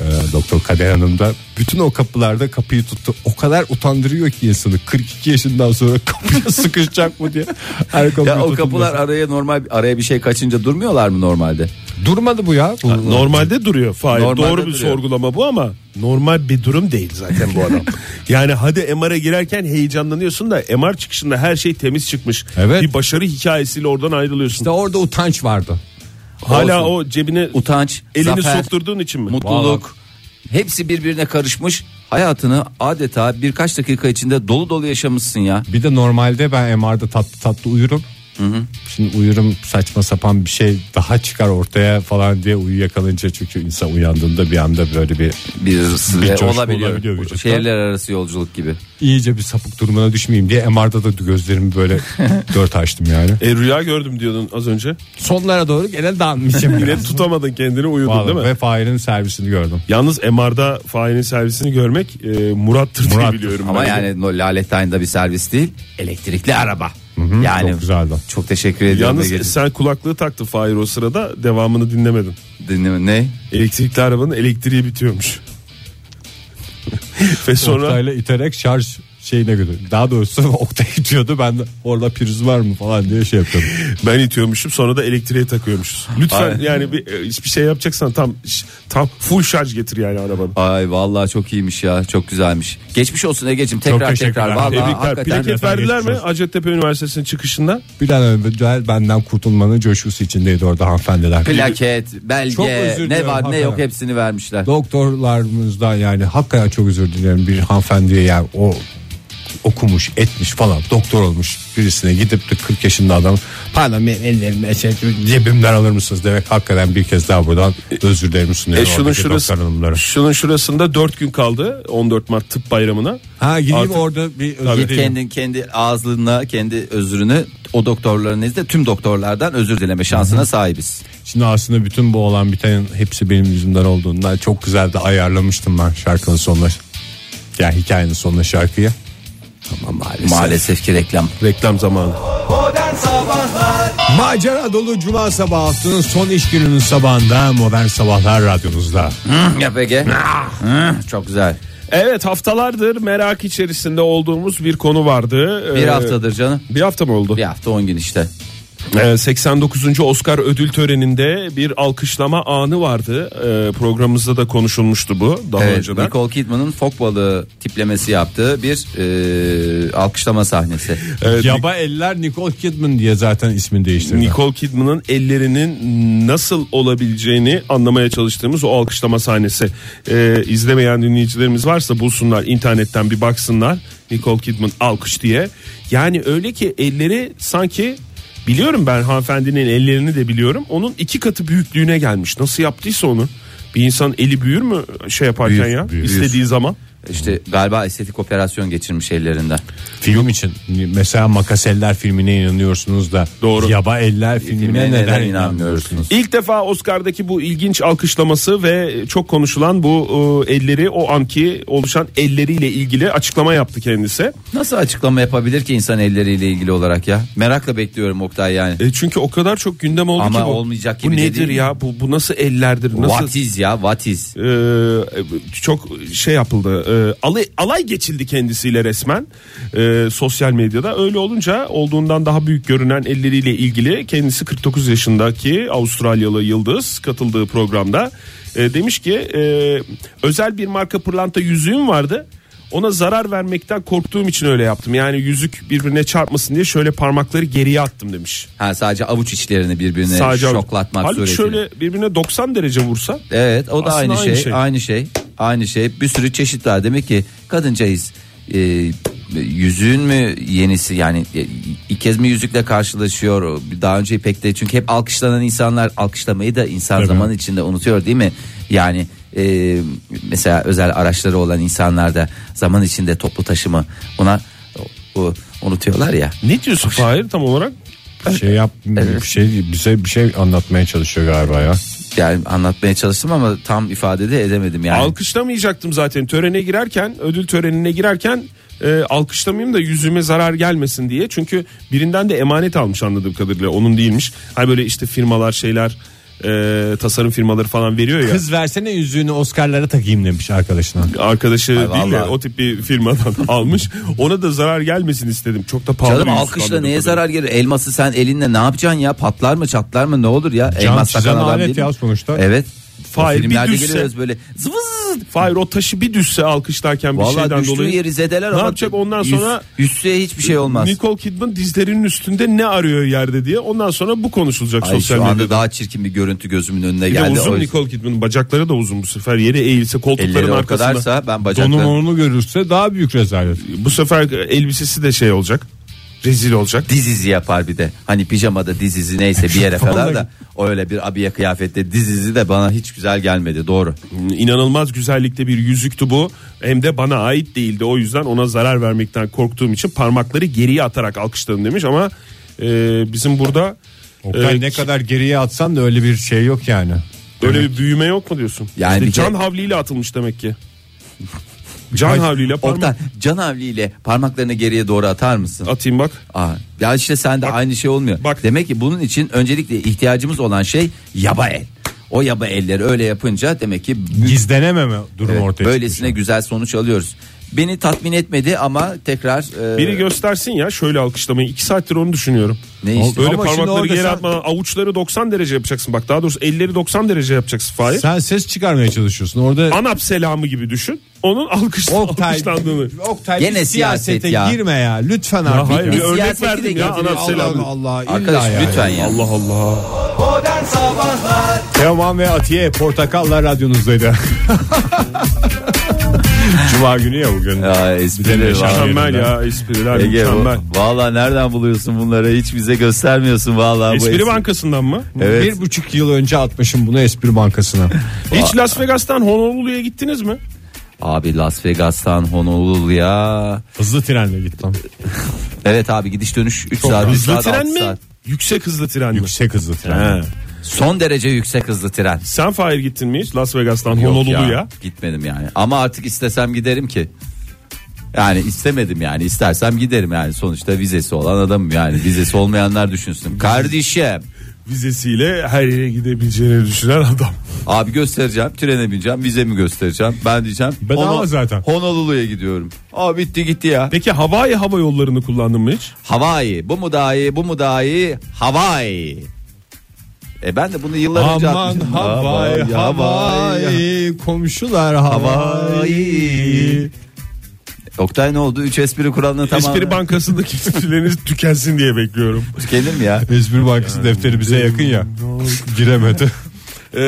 Speaker 5: e, Doktor Kader Hanım da bütün o kapılarda kapıyı tuttu. O kadar utandırıyor ki insanı 42 yaşından sonra [laughs] kapıya sıkışacak mı diye. Her kapıyı
Speaker 3: Ya o
Speaker 5: tutulması.
Speaker 3: kapılar araya normal araya bir şey kaçınca durmuyorlar mı normalde?
Speaker 5: durmadı bu ya. Bu-
Speaker 4: Normalde duruyor Fahir.
Speaker 3: Normalde
Speaker 4: Doğru bir
Speaker 3: duruyor.
Speaker 4: sorgulama bu ama normal bir durum değil zaten bu
Speaker 3: [laughs]
Speaker 4: adam. yani hadi MR'a girerken heyecanlanıyorsun da MR çıkışında her şey temiz çıkmış.
Speaker 5: Evet.
Speaker 4: Bir başarı hikayesiyle oradan ayrılıyorsun.
Speaker 5: İşte orada utanç vardı.
Speaker 4: Hala
Speaker 3: Olsun.
Speaker 4: o cebine
Speaker 3: Utanç,
Speaker 4: elini
Speaker 3: zafer,
Speaker 4: sokturduğun için mi?
Speaker 3: mutluluk hepsi birbirine karışmış. Hayatını adeta birkaç dakika içinde dolu dolu yaşamışsın ya.
Speaker 5: Bir de normalde ben MR'da tatlı tatlı uyurum. Şimdi uyurum saçma sapan bir şey daha çıkar ortaya falan diye uyuyakalınca çünkü insan uyandığında bir anda böyle bir
Speaker 3: Bir,
Speaker 5: Bir coşku
Speaker 3: olabiliyor.
Speaker 5: olabiliyor vücutta.
Speaker 3: Şehirler arası yolculuk gibi.
Speaker 5: iyice bir sapık durumuna düşmeyeyim diye MR'da da gözlerimi böyle dört açtım yani.
Speaker 4: E, rüya gördüm diyordun az önce.
Speaker 5: Sonlara doğru gene [laughs] dağılmışım.
Speaker 4: Yine tutamadın kendini uyudun
Speaker 5: Vallahi
Speaker 4: değil mi?
Speaker 5: Ve Fahir'in servisini gördüm.
Speaker 4: Yalnız MR'da Fahir'in servisini görmek e, Murat'tır diye
Speaker 5: Murat'tır.
Speaker 4: biliyorum.
Speaker 3: Ama
Speaker 4: ben de.
Speaker 3: yani no, Lalet Ayn'da bir servis değil, elektrikli araba. yani
Speaker 5: çok güzeldi.
Speaker 3: Çok teşekkür ediyorum.
Speaker 4: Yalnız
Speaker 3: Ege'ciğim.
Speaker 4: sen kulaklığı taktın Fahir o sırada devamını dinlemedin.
Speaker 3: Dinleme- ne?
Speaker 4: Elektrikli arabanın elektriği bitiyormuş. Ve sonra
Speaker 5: Oktay'la iterek şarj şeyine götürdüm. Daha doğrusu [laughs] Oktay itiyordu ben de orada priz var mı falan diye şey yapıyordum.
Speaker 4: ben itiyormuşum sonra da elektriğe takıyormuşuz. Lütfen
Speaker 3: Aynen.
Speaker 4: yani bir e, hiçbir şey yapacaksan tam ş- tam full şarj getir yani arabanı.
Speaker 3: Ay vallahi çok iyiymiş ya. Çok güzelmiş. Geçmiş olsun Ege'cim tekrar
Speaker 5: teşekkürler.
Speaker 3: tekrar. Vallahi
Speaker 4: Tebrikler.
Speaker 3: hakikaten
Speaker 4: Plaket verdiler mi
Speaker 5: geçmiş olsun.
Speaker 4: Hacettepe Üniversitesi'nin çıkışında?
Speaker 5: Bir an önce benden kurtulmanın coşkusu içindeydi orada hanımefendiler.
Speaker 3: plaket, belge,
Speaker 5: Çok özür
Speaker 3: ne
Speaker 5: dilerim,
Speaker 3: var ne
Speaker 5: hakikaten.
Speaker 3: yok hepsini vermişler.
Speaker 5: doktorlarımızdan yani hakikaten çok özür dilerim bir hanımefendiye yani o okumuş etmiş falan doktor olmuş birisine gidip de 40 yaşında adam pardon benim ellerim eşek- cebimden alır mısınız demek hakikaten bir kez daha buradan özürlerimi sunuyorum.
Speaker 4: E şunun,
Speaker 5: oradaki
Speaker 4: şurası,
Speaker 5: doktor hanımlara.
Speaker 4: şunun şurasında 4 gün kaldı 14 Mart Tıp Bayramı'na.
Speaker 5: Ha gideyim
Speaker 4: Artık-
Speaker 5: orada bir
Speaker 4: Tabii.
Speaker 5: özür
Speaker 4: Değil
Speaker 3: Git
Speaker 4: mi?
Speaker 3: kendin kendi ağzına kendi özrünü o doktorların izle tüm doktorlardan özür dileme şansına sahibiz.
Speaker 5: Şimdi aslında bütün bu olan bitenin hepsi benim yüzümden olduğundan çok güzel de ayarlamıştım ben şarkının sonuna. Yani hikayenin sonuna şarkıyı. Ama maalesef.
Speaker 3: Maalesef ki reklam.
Speaker 4: Reklam zamanı.
Speaker 2: Modern Sabahlar
Speaker 5: Macera dolu cuma sabahı haftanın son iş gününün sabahında modern sabahlar radyonuzda.
Speaker 3: Yap Ege. Hı, Çok güzel.
Speaker 4: Evet haftalardır merak içerisinde olduğumuz bir konu vardı.
Speaker 3: Bir
Speaker 4: Ee,
Speaker 3: haftadır canım.
Speaker 4: Bir hafta mı oldu?
Speaker 3: Bir hafta 10 gün işte.
Speaker 4: Ee, 89. Oscar ödül töreninde bir alkışlama anı vardı. Ee, Programımızda da konuşulmuştu bu daha
Speaker 3: Evet,
Speaker 4: önceden.
Speaker 3: Nicole Kidman'ın fok balığı tiplemesi yaptığı bir e, alkışlama sahnesi.
Speaker 4: Evet,
Speaker 5: Yaba eller Nicole Kidman diye zaten ismini değiştirdi.
Speaker 4: Nicole Kidman'ın ellerinin nasıl olabileceğini anlamaya çalıştığımız o alkışlama sahnesi. Ee, izlemeyen dinleyicilerimiz varsa bulsunlar internetten bir baksınlar Nicole Kidman alkış diye. Yani öyle ki elleri sanki biliyorum ben hanımefendinin ellerini de biliyorum. Onun iki katı büyüklüğüne gelmiş. Nasıl yaptıysa onu. Bir insan eli büyür mü şey yaparken
Speaker 5: Büyür,
Speaker 4: ya
Speaker 5: büyür.
Speaker 4: istediği zaman?
Speaker 3: İşte galiba estetik operasyon geçirmiş ellerinden.
Speaker 5: Film için mesela Makas Eller filmine inanıyorsunuz da
Speaker 4: Doğru.
Speaker 5: Yaba Eller filmine,
Speaker 3: Filmine
Speaker 5: neden,
Speaker 3: neden
Speaker 5: inanmıyorsunuz?
Speaker 3: inanmıyorsunuz?
Speaker 4: İlk defa Oscar'daki bu ilginç alkışlaması ve çok konuşulan bu e, elleri o anki oluşan elleriyle ilgili açıklama yaptı kendisi.
Speaker 3: Nasıl açıklama yapabilir ki insan elleriyle ilgili olarak ya? Merakla bekliyorum Oktay yani.
Speaker 4: E, çünkü o kadar çok gündem oldu
Speaker 3: Ama
Speaker 4: ki bu.
Speaker 3: olmayacak
Speaker 4: bu
Speaker 3: gibi de
Speaker 4: nedir
Speaker 3: değil.
Speaker 4: ya? Bu bu nasıl ellerdir? Nasıl
Speaker 3: What is ya? What is?
Speaker 4: e, çok şey yapıldı. e, alay alay geçildi kendisiyle resmen e, sosyal medyada. Öyle olunca olduğundan daha büyük görünen elleriyle ilgili kendisi 49 yaşındaki Avustralyalı yıldız katıldığı programda e, demiş ki e, özel bir marka pırlanta yüzüğüm vardı. Ona zarar vermekten korktuğum için öyle yaptım. Yani yüzük birbirine çarpmasın diye şöyle parmakları geriye attım demiş.
Speaker 3: Ha sadece avuç içlerini birbirine
Speaker 4: Sadece
Speaker 3: şoklatmak
Speaker 4: Halbuki
Speaker 3: suretiyle.
Speaker 4: şöyle birbirine 90 derece vursa
Speaker 3: Evet o da
Speaker 4: Aslında
Speaker 3: aynı,
Speaker 4: aynı
Speaker 3: şey,
Speaker 4: şey.
Speaker 3: aynı şey aynı şey bir sürü çeşit var demek ki kadıncayız e, yüzüğün mü yenisi yani e, ilk kez mi yüzükle karşılaşıyor daha önce pek de çünkü hep alkışlanan insanlar alkışlamayı da insan zaman içinde unutuyor değil mi yani e, mesela özel araçları olan insanlar da zaman içinde toplu taşımı ona o- o- unutuyorlar ya
Speaker 4: ne diyorsun Fahir tam olarak?
Speaker 5: Şey yap bir şey bize bir şey anlatmaya çalışıyor galiba ya.
Speaker 3: yani anlatmaya çalıştım ama tam ifade de edemedim yani
Speaker 4: Alkışlamayacaktım zaten törene girerken ödül törenine girerken e, alkışlamayayım da yüzüme zarar gelmesin diye. Çünkü birinden de emanet almış anladığım kadarıyla onun değilmiş. Hani böyle işte firmalar şeyler e, tasarım firmaları falan veriyor ya.
Speaker 5: Kız versene yüzüğünü Oscar'lara takayım demiş arkadaşına.
Speaker 4: Arkadaşı değil de
Speaker 3: vallahi.
Speaker 4: o tip bir firmadan [laughs] almış. Ona da zarar gelmesin istedim. Çok da pahalı
Speaker 3: Canım
Speaker 4: bir yüzük
Speaker 3: alkışla
Speaker 4: anladığım
Speaker 3: neye
Speaker 4: kadarıyla.
Speaker 3: zarar gelir? Elması sen elinle ne yapacaksın ya? Patlar mı çatlar mı ne olur ya?
Speaker 5: Can
Speaker 3: Elmas
Speaker 5: çizen
Speaker 3: takan adam
Speaker 5: alet
Speaker 3: değil mi?
Speaker 5: ya sonuçta.
Speaker 3: Evet.
Speaker 4: Fahir,
Speaker 3: O filmlerde
Speaker 4: bir düşse-
Speaker 3: görüyoruz böyle zıvız.
Speaker 4: Fahir o taşı bir düşse alkışlarken bir
Speaker 3: Vallahi
Speaker 4: şeyden
Speaker 3: düştüğü
Speaker 4: dolayı.
Speaker 3: yeri zedeler
Speaker 4: ne
Speaker 3: ama
Speaker 4: yapacak ondan
Speaker 3: yüz-
Speaker 4: sonra
Speaker 3: yüzsüye hiçbir şey olmaz.
Speaker 4: Nicole Kidman dizlerinin üstünde ne arıyor yerde diye. Ondan sonra bu konuşulacak
Speaker 3: Ay,
Speaker 4: sosyal
Speaker 3: şu anda
Speaker 4: medyada.
Speaker 3: daha çirkin bir görüntü gözümün önüne
Speaker 4: Bir de
Speaker 3: geldi.
Speaker 4: uzun
Speaker 3: O-
Speaker 4: Nicole Kidman'ın bacakları da uzun bu sefer. Yere eğilse koltukların
Speaker 3: Elleri o
Speaker 4: arkasında.
Speaker 3: kadarsa ben
Speaker 5: Donum
Speaker 3: bacaklarım.
Speaker 5: onu görürse daha büyük rezalet.
Speaker 4: Bu sefer elbisesi de şey olacak. Rezil olacak.
Speaker 3: Dizizi yapar bir de. Hani pijamada dizizi neyse bir
Speaker 4: [laughs]
Speaker 3: yere kadar da öyle bir abiye kıyafette dizizi de bana hiç güzel gelmedi. Doğru.
Speaker 4: İnanılmaz güzellikte bir yüzüktü bu. Hem de bana ait değildi. O yüzden ona zarar vermekten korktuğum için parmakları geriye atarak alkışladım demiş ama e, bizim burada
Speaker 5: Oktay
Speaker 4: e,
Speaker 5: ne kadar geriye atsan da öyle bir şey yok yani.
Speaker 4: öyle bir büyüme yok mu diyorsun?
Speaker 3: Yani
Speaker 4: İşte
Speaker 3: bir
Speaker 4: can
Speaker 3: kere-
Speaker 4: havliyle atılmış demek
Speaker 3: [laughs]
Speaker 4: ki. Can havliyle parmak
Speaker 3: Oktay can havliyle parmaklarını geriye doğru atar mısın?
Speaker 4: atayım bak.
Speaker 3: Aa, ya işte sende aynı şey olmuyor.
Speaker 4: bak.
Speaker 3: Demek ki bunun için öncelikle ihtiyacımız olan şey yaba el. O yaba elleri öyle yapınca demek ki
Speaker 5: Gizlenememe durum
Speaker 3: Evet,
Speaker 5: ortaya
Speaker 3: böylesine güzel sonuç alıyoruz. Beni tatmin etmedi ama tekrar e,
Speaker 4: Biri göstersin ya şöyle alkışlamayı. iki saattir onu düşünüyorum.
Speaker 3: Ne işte?
Speaker 4: Böyle
Speaker 5: Ama şimdi
Speaker 4: parmakları
Speaker 5: orada
Speaker 4: yere
Speaker 5: sen-
Speaker 4: atmadan avuçları 90 derece yapacaksın. Bak daha doğrusu elleri 90 derece yapacaksın Fahir.
Speaker 5: Sen ses çıkarmaya çalışıyorsun. Orada
Speaker 4: Anap selamı gibi düşün. Onun alkış,
Speaker 5: Oktay,
Speaker 4: alkışlandığını.
Speaker 5: Oktay
Speaker 3: Gene
Speaker 5: bir siyasete
Speaker 3: siyaset ya.
Speaker 5: girme ya. Lütfen artık.
Speaker 4: hayır, bir
Speaker 3: Biz
Speaker 4: örnek
Speaker 3: siyaseti de
Speaker 4: verdim ya
Speaker 3: getiriyor.
Speaker 4: Anap
Speaker 5: Allah
Speaker 4: selamı.
Speaker 5: Allah, Allah illa
Speaker 3: arkadaş
Speaker 5: yani.
Speaker 3: lütfen ya.
Speaker 4: Allah Allah.
Speaker 2: Modern Sabahlar
Speaker 3: [laughs]
Speaker 5: Teoman ve Atiye Portakallar radyonuzdaydı. Cuma günü ya bugün.
Speaker 3: Ya
Speaker 5: Bir de
Speaker 3: espri var.
Speaker 5: yaşam-
Speaker 4: Mükemmel ya espriler
Speaker 3: Ege bu-
Speaker 4: mükemmel.
Speaker 3: Vallahi nereden buluyorsun bunları? Hiç bize göstermiyorsun vallahi bu
Speaker 4: Espri
Speaker 3: espri.
Speaker 4: bankasından mı?
Speaker 3: Evet.
Speaker 5: Bir buçuk yıl önce atmışım bunu espri bankasına.
Speaker 4: Hiç Las Vegas'tan Honolulu'ya gittiniz mi?
Speaker 3: Abi Las Vegas'tan Honolulu'ya.
Speaker 5: Hızlı trenle gittim.
Speaker 3: Evet abi gidiş dönüş 3 saat. üç
Speaker 4: Hızlı
Speaker 3: saat,
Speaker 4: tren
Speaker 3: altı
Speaker 4: mi?
Speaker 3: saat.
Speaker 4: Yüksek hızlı tren mi?
Speaker 5: Yüksek hızlı tren.
Speaker 4: He.
Speaker 3: Son derece yüksek hızlı tren.
Speaker 4: Sen Fahir gittin mi hiç Las Vegas'tan
Speaker 3: Yok
Speaker 4: Honolulu'ya?
Speaker 3: Gitmedim yani. Ama artık istesem giderim ki. Yani istemedim yani istersem giderim yani sonuçta vizesi olan adamım yani vizesi olmayanlar düşünsün. Kardeşim
Speaker 4: Vizesiyle her yere gidebileceğini düşünen adam.
Speaker 3: abi göstereceğim trene bineceğim vizemi göstereceğim ben diyeceğim.
Speaker 5: Bedava
Speaker 3: Hono-
Speaker 5: zaten.
Speaker 3: Honolulu'ya gidiyorum. Aa bitti gitti ya.
Speaker 4: Peki Hawaii hava yollarını kullandın mı hiç?
Speaker 3: Hawaii bu mu daha iyi bu mu daha iyi Hawaii. E ben de bunu yıllar önce
Speaker 5: Aman
Speaker 3: atmıştım.
Speaker 5: havay havay komşular havay.
Speaker 3: Hawaii. Oktay ne oldu? 3 espri kuralını tamam.
Speaker 4: Espri
Speaker 3: [laughs]
Speaker 4: bankasındaki esprileriniz tükensin diye bekliyorum.
Speaker 5: [laughs]
Speaker 3: Tükenim ya.
Speaker 5: Espri Bankası defteri bize yakın ya. Giremedi.
Speaker 4: Ee,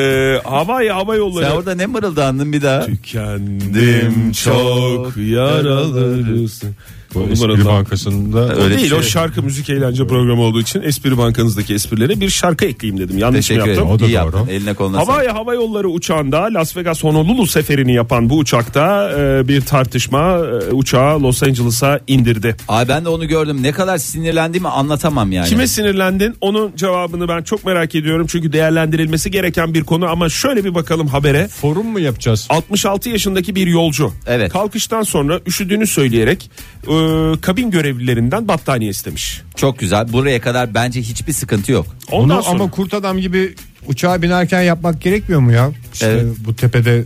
Speaker 4: Hawaii hava yolları...
Speaker 3: Sen orada ne mırıldandın bir daha?
Speaker 4: Tükendim çok yaralarısın.
Speaker 5: Bu
Speaker 4: Espri
Speaker 5: Espri Bankası'nda
Speaker 3: Öyle
Speaker 4: Öyle değil
Speaker 3: bir şey.
Speaker 4: o şarkı müzik eğlence programı olduğu için espri bankanızdaki esprilere bir şarkı ekleyeyim dedim. Yanlış mı
Speaker 3: Teşekkür
Speaker 4: yaptım?
Speaker 3: ederim.
Speaker 5: O da
Speaker 3: İyi
Speaker 5: doğru.
Speaker 3: yaptın. Eline koluna sağlık.
Speaker 4: Havaya hava yolları uçağında Las Vegas Honolulu seferini yapan bu uçakta e, bir tartışma e, uçağı Los Angeles'a indirdi.
Speaker 3: Ay ben de onu gördüm. Ne kadar sinirlendiğimi anlatamam yani.
Speaker 4: Kime sinirlendin? Onun cevabını ben çok merak ediyorum. Çünkü değerlendirilmesi gereken bir konu ama şöyle bir bakalım habere.
Speaker 5: forum mu yapacağız?
Speaker 4: 66 yaşındaki bir yolcu.
Speaker 3: Evet.
Speaker 4: Kalkıştan sonra üşüdüğünü söyleyerek e, kabin görevlilerinden battaniye istemiş.
Speaker 3: Çok güzel. Buraya kadar bence hiçbir sıkıntı yok.
Speaker 4: Ondan
Speaker 5: Onu
Speaker 4: sonra
Speaker 5: ama kurt adam gibi uçağa binerken yapmak gerekmiyor mu ya? İşte
Speaker 3: Evet.
Speaker 5: bu tepede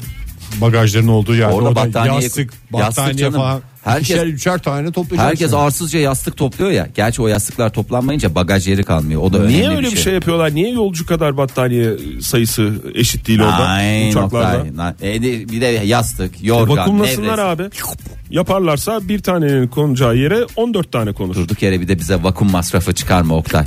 Speaker 5: bagajların olduğu yerde
Speaker 3: Orada
Speaker 5: orada yastık,
Speaker 3: battaniye- yastık
Speaker 5: battaniye
Speaker 3: canım.
Speaker 5: falan.
Speaker 3: Herkes-
Speaker 5: ikişer, üçer tane toplayacak.
Speaker 3: Herkes arsızca yastık topluyor ya. Gerçi o yastıklar toplanmayınca bagaj yeri kalmıyor. O da önemli
Speaker 4: niye öyle bir şey yapıyorlar? Niye yolcu kadar battaniye sayısı eşit değil orada
Speaker 3: Ay,
Speaker 4: uçaklarda? E,
Speaker 3: Oktay. Na- e, de- bir de yastık, yorgan,
Speaker 4: Vakumlasınlar
Speaker 3: nevresim.
Speaker 4: abi. Yaparlarsa bir tanenin konacağı yere 14 tane konur.
Speaker 3: Durduk yere bir de bize vakum masrafı çıkarma Oktay.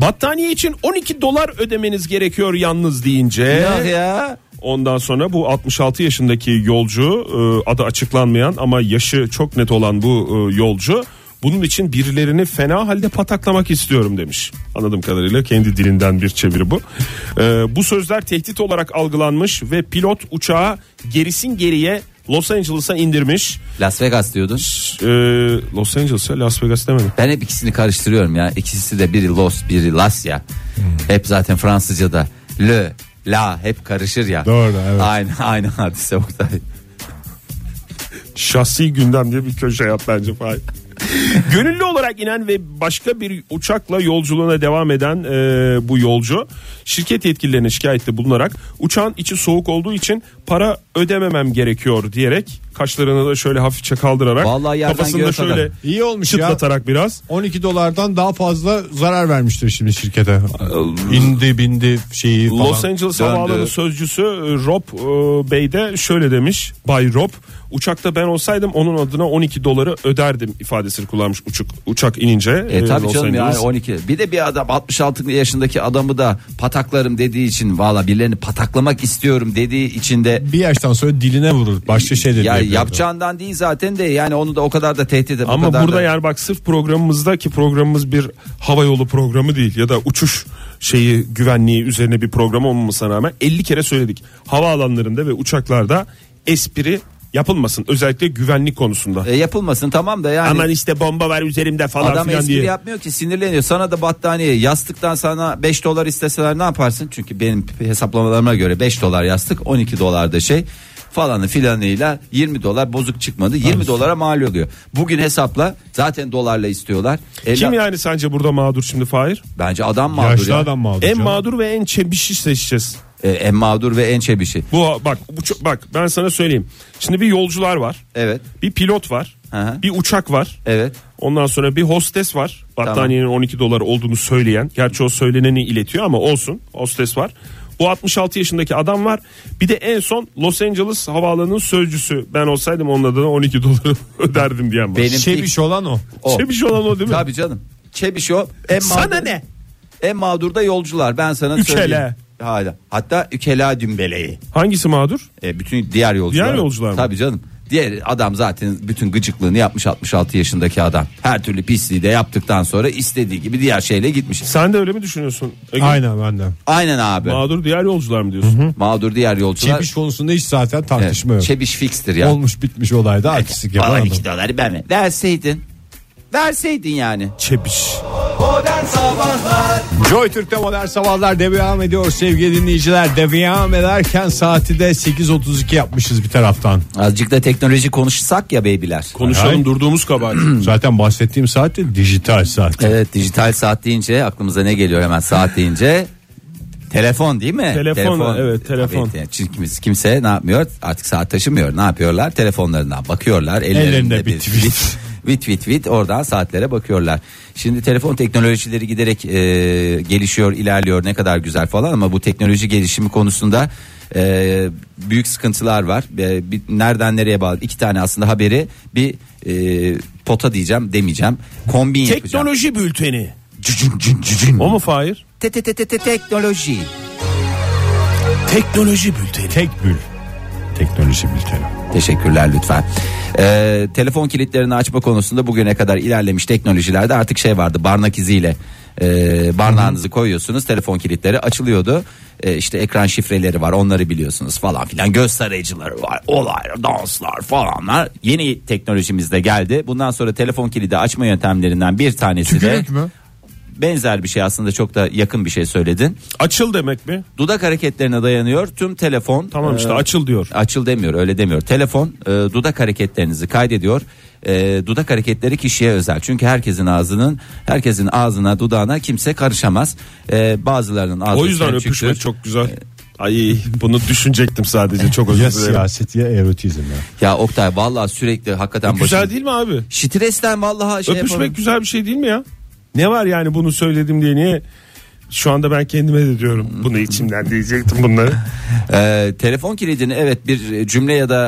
Speaker 4: Battaniye için 12 dolar ödemeniz gerekiyor yalnız deyince.
Speaker 3: Yok ya.
Speaker 4: Ondan sonra bu 66 yaşındaki yolcu e, adı açıklanmayan ama yaşı çok net olan bu e, yolcu bunun için birilerini fena halde pataklamak istiyorum demiş. Anladığım kadarıyla kendi dilinden bir çeviri bu. E, bu sözler tehdit olarak algılanmış ve pilot uçağı gerisin geriye Los Angeles'a indirmiş.
Speaker 3: Las Vegas diyordun.
Speaker 4: E, Los Angeles'a Las Vegas demedim.
Speaker 3: Ben hep ikisini karıştırıyorum ya. İkisi de biri Los, biri Las ya.
Speaker 5: Hmm.
Speaker 3: Hep zaten Fransızca'da le, la hep karışır ya.
Speaker 5: Doğru, evet.
Speaker 3: Aynı [laughs] aynı hadise Oktay. E,
Speaker 4: Şahsi gündem diye bir köşe yap bence Fahir. [laughs] Gönüllü olarak inen ve başka bir uçakla yolculuğuna devam eden e, bu yolcu şirket yetkililerine şikayette bulunarak uçağın içi soğuk olduğu için para ödememem gerekiyor diyerek kaşlarını da şöyle hafifçe kaldırarak
Speaker 3: Vallahi yerden
Speaker 4: kafasını da
Speaker 3: göğe
Speaker 4: şöyle
Speaker 3: kadar.
Speaker 5: İyi olmuş ya.
Speaker 4: çıtlatarak biraz
Speaker 5: 12 dolardan daha fazla zarar vermiştir şimdi şirkete.
Speaker 3: Ee,
Speaker 5: İndi bindi şeyi falan.
Speaker 4: Los Angeles
Speaker 3: döndü.
Speaker 4: Havaalanı sözcüsü e, Rob e, Bey de şöyle demiş. Bay Rob uçakta ben olsaydım onun adına 12 doları öderdim ifadesini kullanmış uçak, uçak inince.
Speaker 3: E, tabii
Speaker 4: Ee, Los
Speaker 3: canım yani
Speaker 4: Angeles.
Speaker 3: 12. Bir de bir adam 66 yaşındaki adamı da pataklarım dediği için valla birilerini pataklamak istiyorum dediği için de
Speaker 5: Bir yaştan sonra diline vurur. Başka şey de
Speaker 3: ya
Speaker 5: diyebilirim.
Speaker 3: yapacağından değil zaten de yani onu da o kadar da tehdit bu
Speaker 4: Ama
Speaker 3: kadar
Speaker 4: burada
Speaker 3: da-
Speaker 4: yani bak sırf programımızda ki programımız bir hava yolu programı değil ya da uçuş şeyi güvenliği üzerine bir program olmamasına rağmen 50 kere söyledik. Havaalanlarında ve uçaklarda espri yapılmasın özellikle güvenlik konusunda.
Speaker 3: E, yapılmasın tamam da yani.
Speaker 4: Aman işte bomba var üzerimde falan
Speaker 3: Adam
Speaker 4: filan
Speaker 3: espri
Speaker 4: diye.
Speaker 3: yapmıyor ki sinirleniyor. Sana da battaniye yastıktan sana 5 dolar isteseler ne yaparsın? Çünkü benim hesaplamalarıma göre 5 dolar yastık 12 dolar da şey falanı filanıyla 20 dolar bozuk çıkmadı. 20 dolara mal oluyor. Bugün hesapla zaten dolarla istiyorlar. Ela-
Speaker 4: Kim yani sence burada mağdur şimdi Fahir?
Speaker 3: Bence adam mağdur
Speaker 5: Yaşlı
Speaker 3: ya.
Speaker 5: adam mağdur.
Speaker 4: En
Speaker 5: canım.
Speaker 4: mağdur ve en çebişi seçeceğiz.
Speaker 3: E, en mağdur ve en çebişi.
Speaker 4: Bu bak bu çok- bak ben sana söyleyeyim. Şimdi bir yolcular var.
Speaker 3: Evet.
Speaker 4: Bir pilot var.
Speaker 3: Hı hı.
Speaker 4: Bir uçak var.
Speaker 3: Evet.
Speaker 4: Ondan sonra bir hostes var. Battaniyenin 12 dolar olduğunu söyleyen. Gerçi o söyleneni iletiyor ama olsun. Hostes var. Bu 66 yaşındaki adam var. Bir de en son Los Angeles havaalanının sözcüsü. Ben olsaydım onun adına 12 doları [laughs] öderdim diyen var.
Speaker 3: Benim
Speaker 5: Şebiş Şey olan o.
Speaker 3: o.
Speaker 4: Çebiş olan o değil mi?
Speaker 3: Tabii canım. Çebiş o. En mağdur-
Speaker 4: ne?
Speaker 3: En mağdur da yolcular. Ben sana
Speaker 4: Ükele.
Speaker 3: söyleyeyim. Hala. Hatta ükela dümbeleyi.
Speaker 4: Hangisi mağdur?
Speaker 3: E, bütün diğer yolcular.
Speaker 4: Diğer yolcular mı?
Speaker 3: Tabii canım. Diğer adam zaten bütün gıcıklığını yapmış 66 yaşındaki adam. Her türlü pisliği de yaptıktan sonra istediği gibi diğer şeyle gitmiş.
Speaker 4: Sen de öyle mi düşünüyorsun? E, Ege?
Speaker 5: Aynen ben de.
Speaker 3: Aynen abi. Mağdur,
Speaker 4: Mağdur diğer yolcular mı diyorsun?
Speaker 3: diğer yolcular.
Speaker 5: Çepiş Şey konusunda hiç zaten tartışma
Speaker 3: Evet,
Speaker 5: yok.
Speaker 3: Çebiş fikstir ya.
Speaker 5: Olmuş bitmiş olayda artistik
Speaker 3: Bana
Speaker 5: yapan adam.
Speaker 3: iki doları ben mi? Verseydin. Verseydin yani.
Speaker 4: Çepiş.
Speaker 2: Modern Sabahlar
Speaker 5: Joy Türk'te modern sabahlar devam ediyor sevgili dinleyiciler. Devam ederken saati de 8.32 yapmışız bir taraftan.
Speaker 3: Azıcık da teknoloji konuşsak ya beybiler.
Speaker 4: Konuşalım
Speaker 5: Hay.
Speaker 4: durduğumuz kabahat.
Speaker 3: Hmm.
Speaker 5: Zaten bahsettiğim saat de dijital saat.
Speaker 3: Evet dijital saat deyince aklımıza ne geliyor hemen saat deyince? Telefon değil mi?
Speaker 4: Telefon, evet, telefon.
Speaker 3: Tabii, çünkü kimse, kimse ne yapmıyor artık saat taşımıyor ne yapıyorlar telefonlarından bakıyorlar ellerinde,
Speaker 5: Ellerinde bir tweet.
Speaker 3: Vit vit vit oradan saatlere bakıyorlar. Şimdi telefon teknolojileri giderek e, gelişiyor, ilerliyor ne kadar güzel falan ama bu teknoloji gelişimi konusunda e, büyük sıkıntılar var. E, bir- nereden nereye bağlı? İki tane aslında haberi bir e, pota diyeceğim demeyeceğim. Kombin yapacağım.
Speaker 4: Teknoloji bülteni.
Speaker 3: Cücün cücün cücün.
Speaker 4: O mu Fahir?
Speaker 3: Te- te- te- te- te- teknoloji.
Speaker 4: Teknoloji bülteni.
Speaker 5: Tekbül. Teknoloji bülteni.
Speaker 3: Teşekkürler lütfen. Ee, telefon kilitlerini açma konusunda bugüne kadar ilerlemiş teknolojilerde artık şey vardı barnak iziyle e, barnağınızı koyuyorsunuz telefon kilitleri açılıyordu. E, işte ekran şifreleri var onları biliyorsunuz falan filan göz tarayıcıları var olaylar danslar falanlar yeni teknolojimizde geldi. Bundan sonra telefon kilidi açma yöntemlerinden bir tanesi
Speaker 5: Tükürük
Speaker 3: de
Speaker 5: mü?
Speaker 3: benzer bir şey aslında çok da yakın bir şey söyledin.
Speaker 4: Açıl demek mi?
Speaker 3: Dudak hareketlerine dayanıyor tüm telefon.
Speaker 4: Tamam işte
Speaker 3: e,
Speaker 4: açıl diyor.
Speaker 3: Açıl demiyor öyle demiyor. Telefon e, dudak hareketlerinizi kaydediyor. E, dudak hareketleri kişiye özel. Çünkü herkesin ağzının herkesin ağzına dudağına kimse karışamaz. E, bazılarının ağzı
Speaker 4: O yüzden
Speaker 3: çençüktür.
Speaker 4: öpüşmek çok güzel. Ay bunu düşünecektim sadece çok
Speaker 5: Ya
Speaker 4: özür dilerim.
Speaker 5: siyaset ya erotizm ya.
Speaker 3: Ya Oktay vallahi sürekli hakikaten
Speaker 4: E, Güzel
Speaker 3: başım-
Speaker 4: değil mi abi?
Speaker 3: Stresten vallahi şey
Speaker 4: Öpüşmek
Speaker 3: yapamam.
Speaker 4: güzel bir şey değil mi ya? Ne var yani bunu söyledim diye niye? Şu anda ben kendime de diyorum. Bunu içimden diyecektim bunları.
Speaker 3: E, telefon kilidini evet bir cümle ya da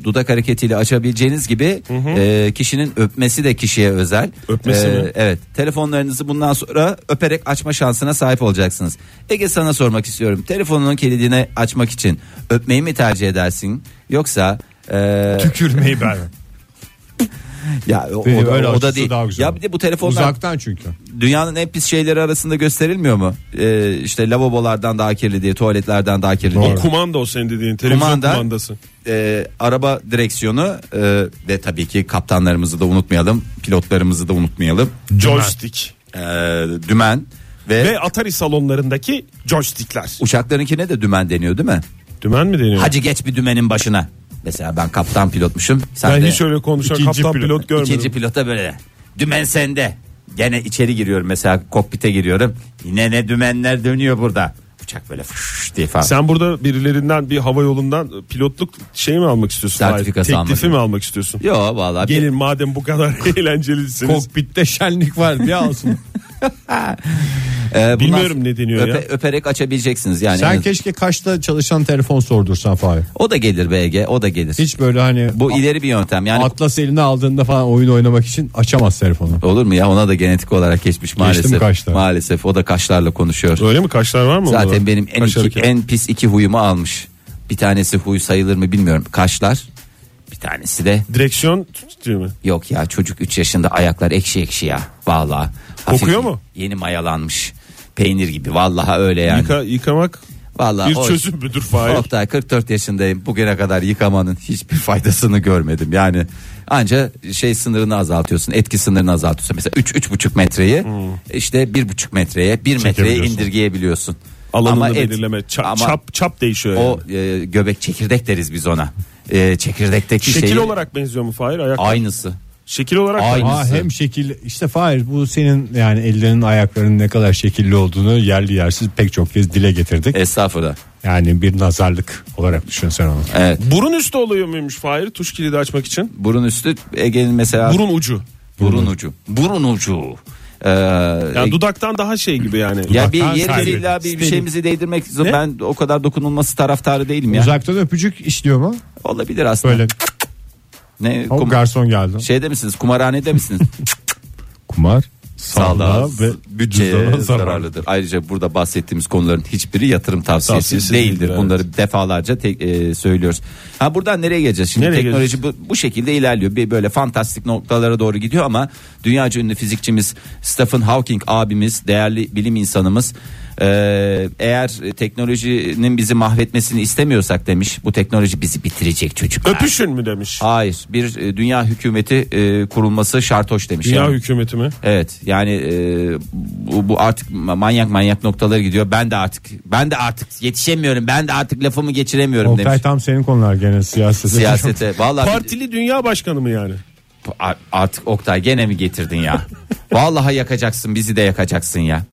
Speaker 3: e, dudak hareketiyle açabileceğiniz gibi e, kişinin öpmesi de kişiye özel.
Speaker 4: Öpmesi
Speaker 3: E,
Speaker 4: mi?
Speaker 3: Evet. Telefonlarınızı bundan sonra öperek açma şansına sahip olacaksınız. Ege sana sormak istiyorum. Telefonunun kilidini açmak için öpmeyi mi tercih edersin yoksa e,
Speaker 5: Tükürmeyi ben.
Speaker 3: ya o,
Speaker 5: Benim
Speaker 3: o da,
Speaker 5: öyle
Speaker 3: o da
Speaker 5: açısı
Speaker 3: değil.
Speaker 5: daha güzel.
Speaker 3: Ya bir de bu telefonlar
Speaker 5: Uzaktan çünkü.
Speaker 3: dünyanın en pis şeyleri arasında gösterilmiyor mu? E, işte lavabolardan daha kirli diye, tuvaletlerden daha kirli diye.
Speaker 4: O kumanda o senin dediğin. Televizyon
Speaker 3: Kumanda.
Speaker 4: kumandası.
Speaker 3: e, araba direksiyonu e, ve tabii ki kaptanlarımızı da unutmayalım, pilotlarımızı da unutmayalım.
Speaker 4: Joystick.
Speaker 3: E, dümen ve,
Speaker 4: Ve Atari salonlarındaki joystickler.
Speaker 3: uçaklarınkine de dümen deniyor değil mi?
Speaker 4: Dümen mi deniyor?
Speaker 3: Hacı geç bir dümenin başına. Mesela ben kaptan pilotmuşum. Sen
Speaker 4: ben
Speaker 3: de
Speaker 4: hiç öyle konuşan
Speaker 5: İkinci
Speaker 4: kaptan pilot,
Speaker 5: pilot.
Speaker 4: görmedim.
Speaker 3: ikinci pilota böyle dümen sende. Gene içeri giriyorum mesela kokpite giriyorum. Yine ne dümenler dönüyor burada. Uçak böyle fış diye falan.
Speaker 4: Sen burada birilerinden bir hava yolundan pilotluk şey mi almak istiyorsun?
Speaker 3: Sertifikası
Speaker 4: Hayır, Teklifi
Speaker 3: almak.
Speaker 4: mi almak istiyorsun?
Speaker 3: Yo vallahi bir- e,
Speaker 4: Gelin madem bu kadar [laughs] eğlencelisiniz.
Speaker 5: Kokpitte şenlik var diye
Speaker 3: [laughs]
Speaker 5: alsın.
Speaker 3: e, bundan-
Speaker 4: Bilmiyorum ne deniyor ya.
Speaker 3: Öperek açabileceksiniz yani.
Speaker 5: Sen keşke kaçta çalışan telefon sordursan Fahir.
Speaker 3: o da gelir BG o da gelir.
Speaker 5: Hiç böyle hani
Speaker 3: Bu ileri bir yöntem. Yani
Speaker 5: Atlas eline aldığında falan oyun oynamak için açamaz telefonu.
Speaker 3: Olur mu ya ona da genetik olarak geçmiş maalesef.
Speaker 5: mi kaşlar?
Speaker 3: Maalesef o da kaşlarla konuşuyor.
Speaker 4: Öyle mi kaşlar var mı?
Speaker 3: Zaten
Speaker 4: onlarda?
Speaker 3: benim en,
Speaker 4: Kaş
Speaker 3: iki-
Speaker 4: hareketi.
Speaker 3: en pis iki huyumu almış. Bir tanesi huy sayılır mı bilmiyorum. Kaşlar bir tanesi de
Speaker 4: Direksiyon tutuyor mu?
Speaker 3: yok ya çocuk 3 yaşında ayaklar ekşi ekşi ya. Valla.
Speaker 4: Kokuyor mu?
Speaker 3: Yeni mayalanmış. Peynir gibi vallahi öyle yani.
Speaker 4: Yıka- yıkamak
Speaker 3: vallahi
Speaker 4: bir
Speaker 3: o-
Speaker 4: çözüm müdür Fahir?
Speaker 3: Oktay 44 yaşındayım. Bugüne kadar yıkamanın hiçbir faydasını görmedim. Yani anca şey sınırını azaltıyorsun. Etki sınırını azaltıyorsun. Mesela 3 3,5 metreyi işte 1,5 metreye 1 metreye
Speaker 4: Hmm. Çekebiliyorsun.
Speaker 3: indirgeyebiliyorsun.
Speaker 4: Alanını
Speaker 3: et-
Speaker 4: belirleme. Ça-
Speaker 3: ama
Speaker 4: çap, çap değişiyor yani.
Speaker 3: o e, göbek çekirdek deriz biz ona. E, çekirdekteki
Speaker 4: Şekil
Speaker 3: şeyi-
Speaker 4: olarak benziyor mu Fahir? Ayak.
Speaker 3: aynısı.
Speaker 4: Şekil olarak da-
Speaker 3: Aynı.
Speaker 5: Aa,
Speaker 3: Aynısı.
Speaker 5: hem şekil işte Fahir bu senin yani ellerinin ayaklarının ne kadar şekilli olduğunu yerli yersiz pek çok kez dile getirdik.
Speaker 3: Estağfurullah.
Speaker 5: Yani bir nazarlık olarak düşün sen onu.
Speaker 3: Evet.
Speaker 4: Burun üstü oluyor muymuş Fahir tuş kilidi açmak için?
Speaker 3: Burun üstü Ege'nin mesela burun,
Speaker 4: Burun ucu.
Speaker 3: ucu. Burun ucu. Ee,
Speaker 4: Yani dudaktan daha şey gibi yani.
Speaker 3: Ya bir
Speaker 5: Uzaktan
Speaker 3: yeri
Speaker 5: sadece.
Speaker 3: illa bir, bir
Speaker 5: Steady.
Speaker 3: şeyimizi değdirmek için
Speaker 4: Ne?
Speaker 3: ben o kadar dokunulması taraftarı değilim ya.
Speaker 5: Uzaktan öpücük işliyor mu?
Speaker 3: Olabilir aslında. şey
Speaker 5: Böyle
Speaker 3: Ne
Speaker 5: o
Speaker 3: kum-
Speaker 5: garson geldi. [laughs]
Speaker 3: şeyde misiniz? Kumarhanede misiniz?
Speaker 5: Kumar
Speaker 3: sağlığa ve bütçeye
Speaker 5: cüzdana
Speaker 3: zararlıdır. Ayrıca burada bahsettiğimiz konuların hiçbiri yatırım tavsiyesi,
Speaker 4: Tavsiyesi
Speaker 3: değildir.
Speaker 4: değildir, evet.
Speaker 3: Bunları defalarca tek- e, söylüyoruz. Ha buradan nereye geleceğiz? Şimdi
Speaker 4: Nereye
Speaker 3: teknoloji bu, bu şekilde ilerliyor. Bir böyle fantastik noktalara doğru gidiyor ama dünyaca ünlü fizikçimiz Stephen Hawking abimiz, değerli bilim insanımız e, eğer teknolojinin bizi mahvetmesini istemiyorsak demiş. Bu teknoloji bizi bitirecek çocuklar.
Speaker 4: Öpüşün mü demiş.
Speaker 3: Hayır, bir e, dünya hükümeti e, kurulması şartoş demiş.
Speaker 4: Dünya
Speaker 3: Yani.
Speaker 4: hükümeti mi?
Speaker 3: Evet yani e, bu, bu artık manyak manyak noktalara gidiyor. Ben de artık ben de artık yetişemiyorum. Ben de artık lafımı geçiremiyorum
Speaker 5: Oktay
Speaker 3: demiş.
Speaker 5: tam senin konular gene siyasete.
Speaker 3: Siyasete vallahi
Speaker 4: Partili dünya başkanı mı yani?
Speaker 3: A- artık Oktay gene mi getirdin ya? vallahi yakacaksın bizi de yakacaksın ya.